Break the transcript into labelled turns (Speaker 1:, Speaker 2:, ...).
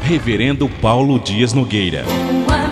Speaker 1: Reverendo Paulo Dias Nogueira.
Speaker 2: Uma